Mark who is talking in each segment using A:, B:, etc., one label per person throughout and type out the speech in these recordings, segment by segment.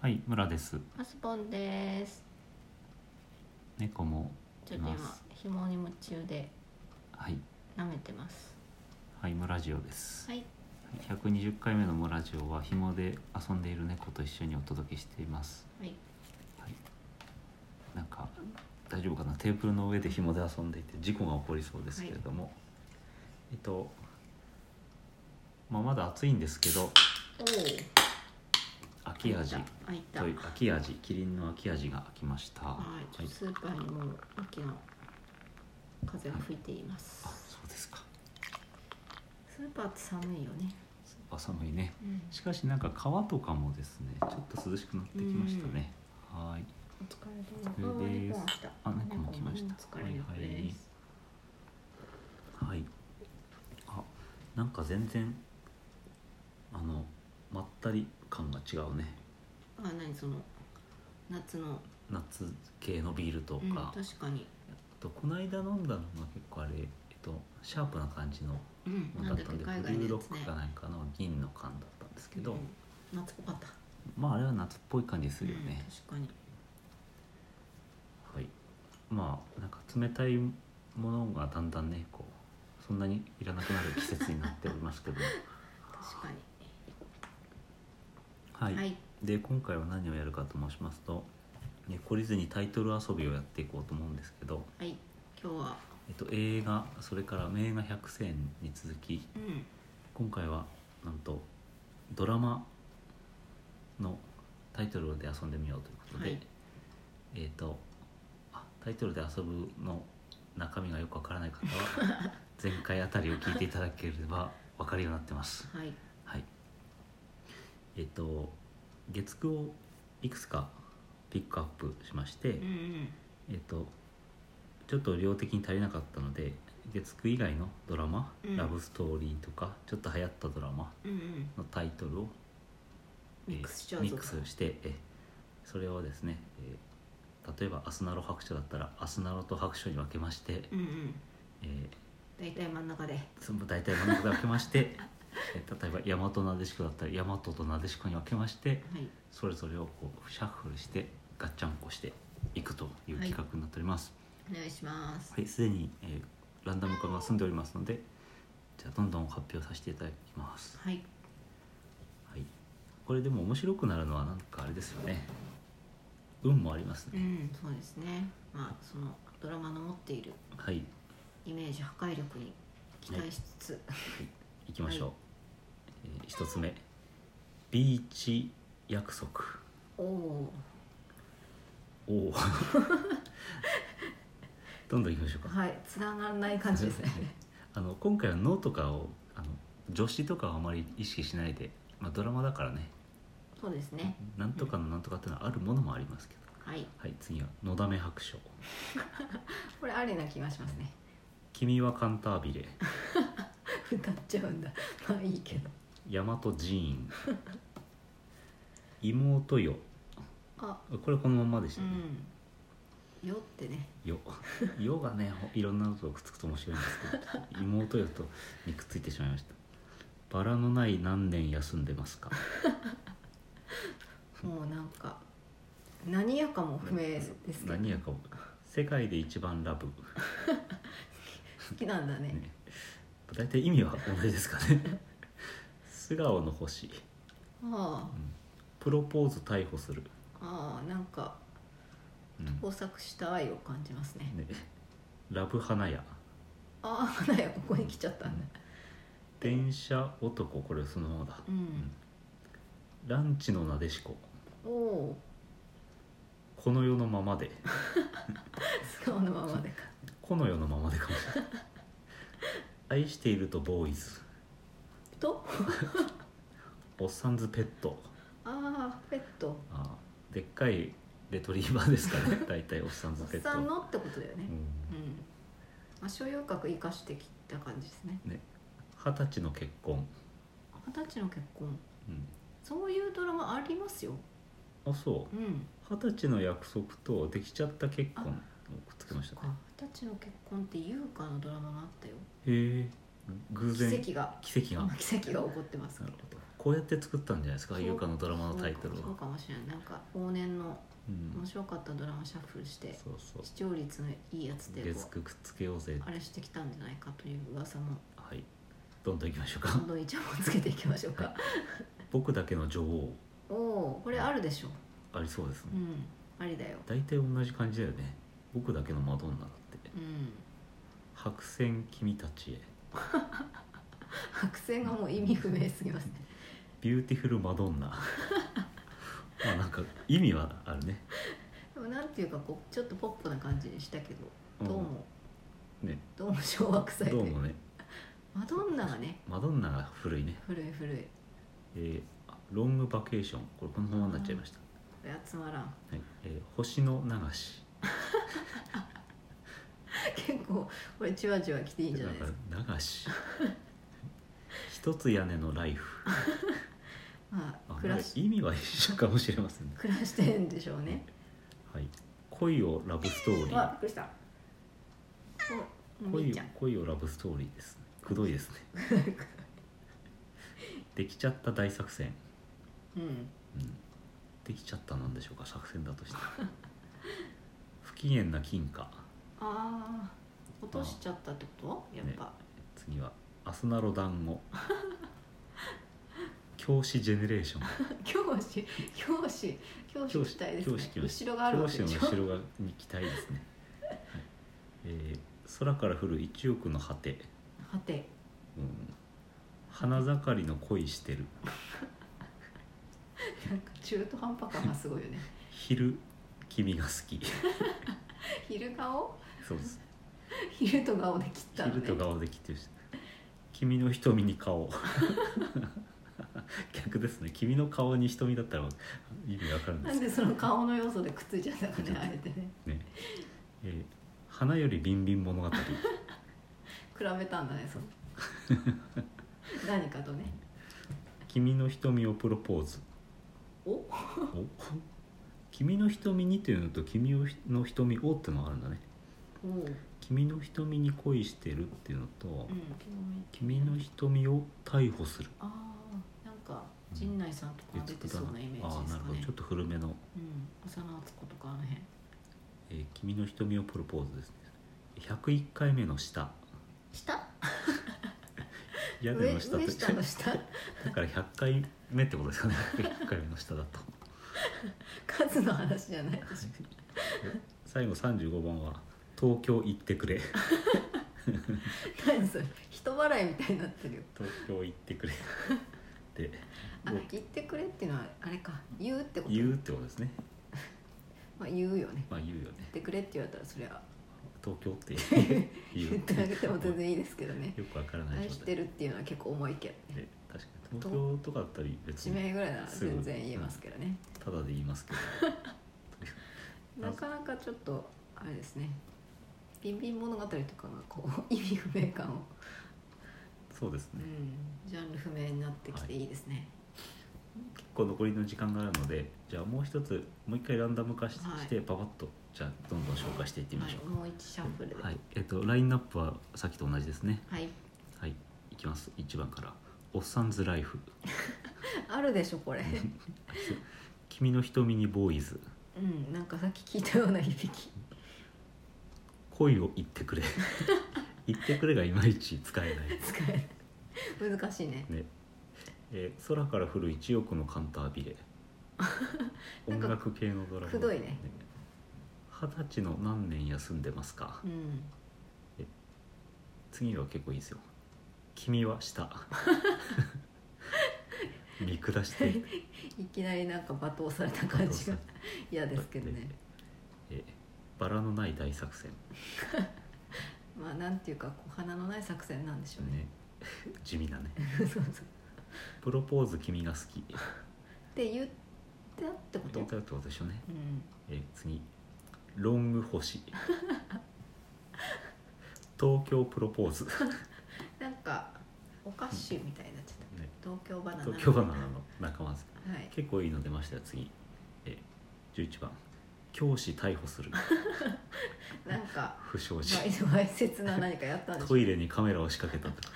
A: はい村です
B: アスポンです
A: 猫も
B: ちょっと
A: い
B: 今
A: ます
B: 紐に夢中で
A: はい
B: 舐めてます
A: はい村ジオです、
B: はい
A: 120回目の村ジオは紐で遊んでいる猫と一緒にお届けしています
B: はい
A: はいなんか大丈夫かなテーブルの上で紐で遊んでいて事故が起こりそうですけれども、えっとまあまだ暑いんですけど
B: おお
A: 秋味
B: 開いた
A: と
B: 開
A: い
B: いうた
A: 秋味キリンの秋味が来ました
B: はいちょっとスーパーにもう秋の風が吹いています
A: あそうですか
B: スーパーって寒いよね
A: あ寒いね
B: うん
A: しかしなんか川とかもですねちょっと涼しくなってきましたね、はーい
B: お疲れ
A: お疲れで
B: 様
A: すあ
B: あ
A: 猫も来ました
B: お疲れ様です
A: はいあなんか全然あのまったり感が違うね
B: あ何その夏の
A: 夏系のビールと
B: うん
A: か、あ
B: 確かに
A: とこの間飲んだのが結構あれ、えっと、シャープな感じの
B: うん
A: も
B: な
A: の
B: ん
A: だ
B: だ
A: っ
B: ったけ
A: んでブルー
B: 海外の
A: ロ
B: や
A: ッ
B: つ
A: ク
B: ね
A: かなんかの銀の缶だったんですけど、
B: うん夏っぽかった
A: まああれは夏っぽい感じするよね、
B: うん確かに
A: はい、まあなんか冷たいものがだんだんねこうそんなにいらなくなる季節になっておりますけど
B: 確かに
A: はい、
B: はい
A: で今回は何をやるかと申しますと、ね、懲りずにタイトル遊びをやっていこうと思うんですけど、
B: はい今日は
A: えっと、映画それから名画百選に続き
B: うん
A: 今回はなんとドラマのタイトルで遊んでみようということで、
B: はい
A: えっ、とあタイトルで遊ぶの中身がよくわからない方 は前回あたりを聞いていただければわかるようになってます
B: はい
A: はいえっ、と月9をいくつかピックアップしまして、
B: うんうん
A: えっ、とちょっと量的に足りなかったので月9以外のドラマ、
B: うん
A: ラブストーリーとかちょっと流行ったドラマ
B: うんうん
A: のタイトルを
B: ミックスしち
A: えー
B: ゃう
A: ミ
B: ぞ
A: ックスして、えーそれをですね、えー例えば「アスナロ白書」だったら「アスナロと白書」に分けまして、
B: うんうん
A: え
B: 大体真ん中で
A: ー、その大体真ん中で分けまして、 えー例えば「大和なでしこ」だったら「大和となでしこ」に分けまして
B: はい
A: それぞれをこうシャッフルしてガッチャンコしていくという
B: はい
A: 企画になっております。
B: お願いします
A: はい、すでに、えーランダム化が済んでおりますのでじゃあどんどん発表させていただきます。
B: はい
A: はい、これでも面白くなるのはなんかあれですよね運もあります
B: う
A: ね、
B: んそうですねまあそのドラマの持っている
A: はい
B: イメージ破壊力に期待しつつ
A: 行きましょう、えー一つ目ビーチ約束
B: おお
A: お おどんどん行きましょう
B: ー
A: か
B: はい繋がらない感じですね
A: あの今回は「の」とかをあの助詞とかはあまり意識しないで、まあ、ドラマだからね
B: そうですね
A: なんとかのなんとかっていうのはあるものもありますけど
B: はい
A: はい次は「のだめ白書」
B: これありな気がしますね
A: 「君はカンタービレ」
B: 歌っちゃうんだまあいいけど
A: 「大和寺院」「妹よ
B: あ」
A: これこのままでし
B: う
A: たね、
B: んよってね
A: よよがねほいろんなのとくっつくと面白いんですけど妹よとにくっついてしまいましたバラのない何年休んでますか
B: もうなんか何やかも不明ですけど
A: 何やかも世界で一番ラブ、
B: 好きなんだね
A: ね、大体意味は同じですかね素顔の星
B: あ
A: プロポーズ逮捕する、
B: あああなんか
A: うん
B: 工作した愛を感じますね
A: ね、ラブ花屋
B: ああ花屋ここに来ちゃったんだ
A: 電車男これそのままだ
B: うん
A: ランチのなでしこ
B: おお
A: この世のままで
B: 素顔のままでか
A: この世のままでかもしれない愛しているとボーイズ
B: と
A: おっさんずペット
B: ああペット
A: あーでっかいレトリーバーですか ね大体おっさんず
B: お
A: ペ
B: っ
A: ット
B: さんのってことだよ
A: う
B: ね
A: ん
B: うん、まあ、所有格生かしてきた感じですね
A: ね二十歳の結婚、
B: 二十歳の結婚
A: うん、
B: そういうドラマありますよ
A: あそう
B: うん
A: 二十歳の約束とできちゃった結婚をくっつけましたね
B: か二十歳の結婚って優香のドラマがあったよ
A: へえ偶然
B: 奇跡が
A: 奇跡が
B: 奇跡が起こってます
A: な
B: か
A: る
B: ら
A: ほどこうやって作ったんじゃないですか優香のドラマのタイトルは
B: そうそうかもしれないなんか往年の
A: うん
B: 面白かったドラマシャッフルして
A: そうそう
B: 視聴率のいいやつで
A: 月
B: こ
A: 9くっつけようぜ
B: うあれしてきたんじゃないかという噂も
A: はいどんどんいきましょう
B: ど
A: か
B: んどんイチャモンつけていきましょ うか
A: 僕だけの女王
B: おおーこれあるでしょ
A: ありそうですね
B: うんありだよ
A: 大体同じ感じだよね僕だけのマドンナって
B: うん
A: 白線君たちへ
B: 白線がもう意味不明すぎま すね
A: ビューティフルマドン ナまあなんか意味はあるね
B: でもなんていうかこうちょっとポップな感じにしたけ
A: う
B: ど
A: ん
B: どうも
A: ね
B: どうも昭和臭いと
A: どう
B: いう
A: も
B: か
A: ね
B: マドンナがね
A: マドンナが古いね
B: 古い古いこ
A: えーあロングバケーションこれこのままになっちゃいました、
B: れはつまらん
A: はいえー星の流し
B: 結構これじわじわ来ていいんじゃないですか
A: だから流 し一つ屋根のライフ
B: まあ
A: あ
B: 暮らし
A: 意味は一緒かもしれませんね、
B: 暮らしてんでしょうね
A: はい、恋をラブストーリー
B: わびっくりしたおみー
A: 恋
B: ち
A: を
B: ゃん
A: 恋をラブストーリーですねくどいですねできちゃった大作戦、
B: うん
A: うん、できちゃったなんでしょうか作戦だ として不機嫌な金貨
B: ああ落としちゃったってことやっぱ、
A: 次はアスナロ団子教師ジェネレーション
B: 教師教師教師期待です
A: 教
B: ね
A: 師教師
B: 後ろがあるわ
A: 教
B: け
A: 師の
B: でしょ
A: 後ろがに期待ですね、はいえー空から降る一億の果て、
B: はて
A: うん、花盛りの恋してる
B: なんか中途半端感がすごいよね
A: 昼君が好き
B: 昼顔
A: そうです
B: 昼と顔で切ったの
A: 昼
B: ね
A: と顔で来てるし君の瞳に顔 逆ですね君の顔に瞳だったら意味わかるんで
B: な
A: す
B: ん
A: け
B: でその顔の要素でくっついちゃったかねあえてね
A: どね、えー花よりビンビン物語
B: 比べたんだねその 何かとね
A: 君の瞳をプロポーズ
B: お
A: お君の瞳にっていうのと君の瞳をってのがあるんだね
B: おう、うん、
A: 君の瞳に恋してるっていうのと、君の瞳を逮捕する
B: ああなんか陣内さんとか出てそうなイメージ
A: あ
B: で
A: あな
B: す
A: る
B: か
A: ほど
B: ね
A: ちょっと古めの、
B: うん浅野敦子とかあの辺
A: えー君の瞳をプロポーズですね101回目の下
B: 下
A: 屋根
B: 上
A: の下
B: 上下の
A: だ
B: 下
A: から100回目ってことですよね101回目の下だと
B: 数の話じゃないでしょ
A: 最後35番は「東京行ってくれ」
B: 何それ人笑いみたいになってるよ
A: 「東京行ってくれ」で
B: あ言ってくれっていうのはあれか言うってこと
A: 言うってことですね
B: まあ、言うよね
A: まあ言うよね
B: 言ってくれって言われたらそりゃ
A: 東京 って言う
B: 言ってあげても全然いいですけどね
A: よくわからない
B: 愛
A: 状
B: して
A: 態
B: るっていうのは結構重いけどね
A: で確かに東京とかだったり別
B: 地
A: に
B: 名ぐらいなら全然言えますけどね
A: ただで言いますけどうん
B: なかなかちょっとあれですね「ビンビン物語」とかがこう意味不明感を、
A: そうです
B: う
A: ね
B: ん、ジャンル不明になってきていいですね、
A: 結構残りの時間があるのでじゃあもう一つもう一回ランダム化し
B: はい
A: してパパッとじゃあどんどん紹介していってみましょ
B: はい、もう一シャッフルで
A: う
B: は、
A: はいいえっとラインナップはさっきと同じですね
B: はい、
A: はいいきます1番から「おっさんずライフ
B: あるでしょこれ」
A: 「君の瞳にボーイズ」
B: うんなんかさっき聞いたような響き
A: 「恋を言ってく れ」「言ってくれ」がいまいち使えない
B: 使えない難しいね
A: ねえー空から降る一億のカンタービレ」
B: なん
A: 音
B: か
A: 楽系のドラマ
B: くどいね
A: 二十歳の何年休んでますか
B: うん
A: 次は結構いいですよ君は 下見下していく
B: いきなりなんか罵倒された感じが嫌ですけどね
A: えーバラのない大作戦
B: まあなんていうかこう花のない作戦なんでしょうね
A: ね地味だね
B: そうそうっ
A: プロポーズ君が好き
B: て言ったってこと
A: 言ったってことでしょうね、
B: うん
A: えー次ロング星東京プロポーズ
B: なんかお菓子みたいになっちゃった
A: ね、
B: 東京バナナ
A: 東京バナナの仲間です
B: はい
A: 結構いいの出ましたよ次え11番教師逮捕する
B: なんか
A: 不祥事
B: わ いわいせつな何かやったんでしょ
A: トイレにカメラを仕掛けたと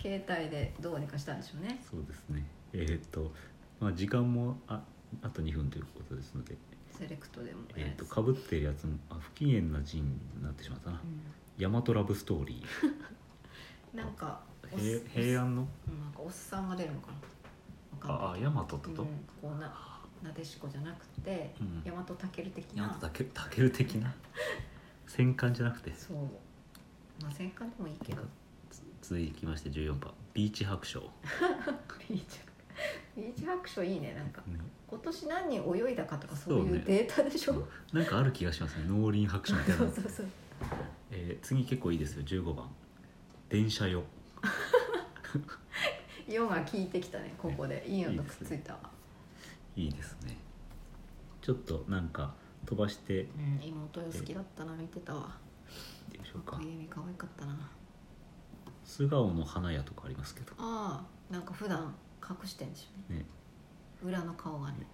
B: 携帯でどうにかしたんでしょうね
A: そうですねえーっと、まあ、時間もああと2分ということですので、
B: セレクトでも
A: えーっとかぶってるやつもあ不機嫌な陣になってしまったな
B: う
A: 「大和ラブストーリー
B: んなんか」おっ
A: 平平安の
B: うんなんかおっさんが出るのかなわかんない
A: ああ大和ってこと、
B: うん、こうななでしこじゃなくて、
A: うん
B: 大和たける的
A: 大
B: な
A: 和たけたける的な戦艦じゃなくて
B: そうまあ戦艦でもいいけど
A: つ続きまして14番「ビーチ白 書」
B: ビーチビーチ白書いいねなんか
A: ね
B: 今年何人泳いだかとかそう
A: そう
B: い
A: ね
B: うデータでしょ、
A: なんかある気がしますね農林白書みたい
B: そ
A: な
B: うそうそう
A: えー次結構いいですよ15番「電車 よ
B: ヨガ効いてきたねここでいい音くっついたわ」
A: いいですねちょっとなんか飛ばして
B: うん、妹よ好きだったな見てたわ
A: みましょう
B: か
A: か
B: ゆみ可愛かったな
A: 「素顔の花屋」とかありますけど、
B: ああなんか普段隠してんでしょ
A: ね
B: 裏の顔がね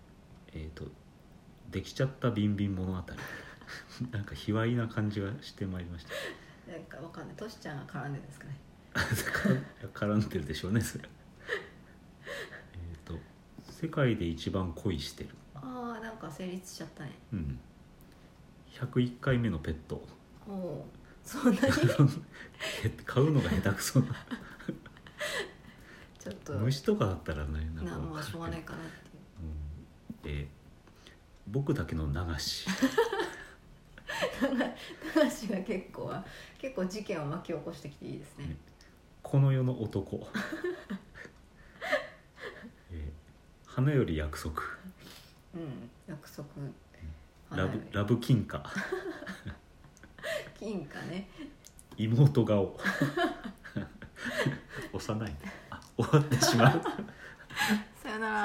A: えっ、と「できちゃったビンビン物語」 なんか卑猥な感じがしてまいりました
B: なんかわかんないトシちゃんが絡んでるんですかね
A: 絡んでるでしょうねそれえっと「世界で一番恋してる
B: ああなんか成立しちゃったね」
A: うん「101回目のペッ ト」
B: おおうそんなに
A: 買うのが下手くそな
B: ちょっと
A: 虫とかだったらねなん
B: な
A: か
B: まあしょうがないかなってい
A: う
B: う
A: んえー僕だけの流し
B: 話が結構は結構事件を巻き起こしてきていいですね
A: ねこの世の男 えー花より約束
B: うん約束
A: ラブラブ金貨
B: 金貨ね
A: 妹顔 幼いねあ終わってしまう
B: さよなら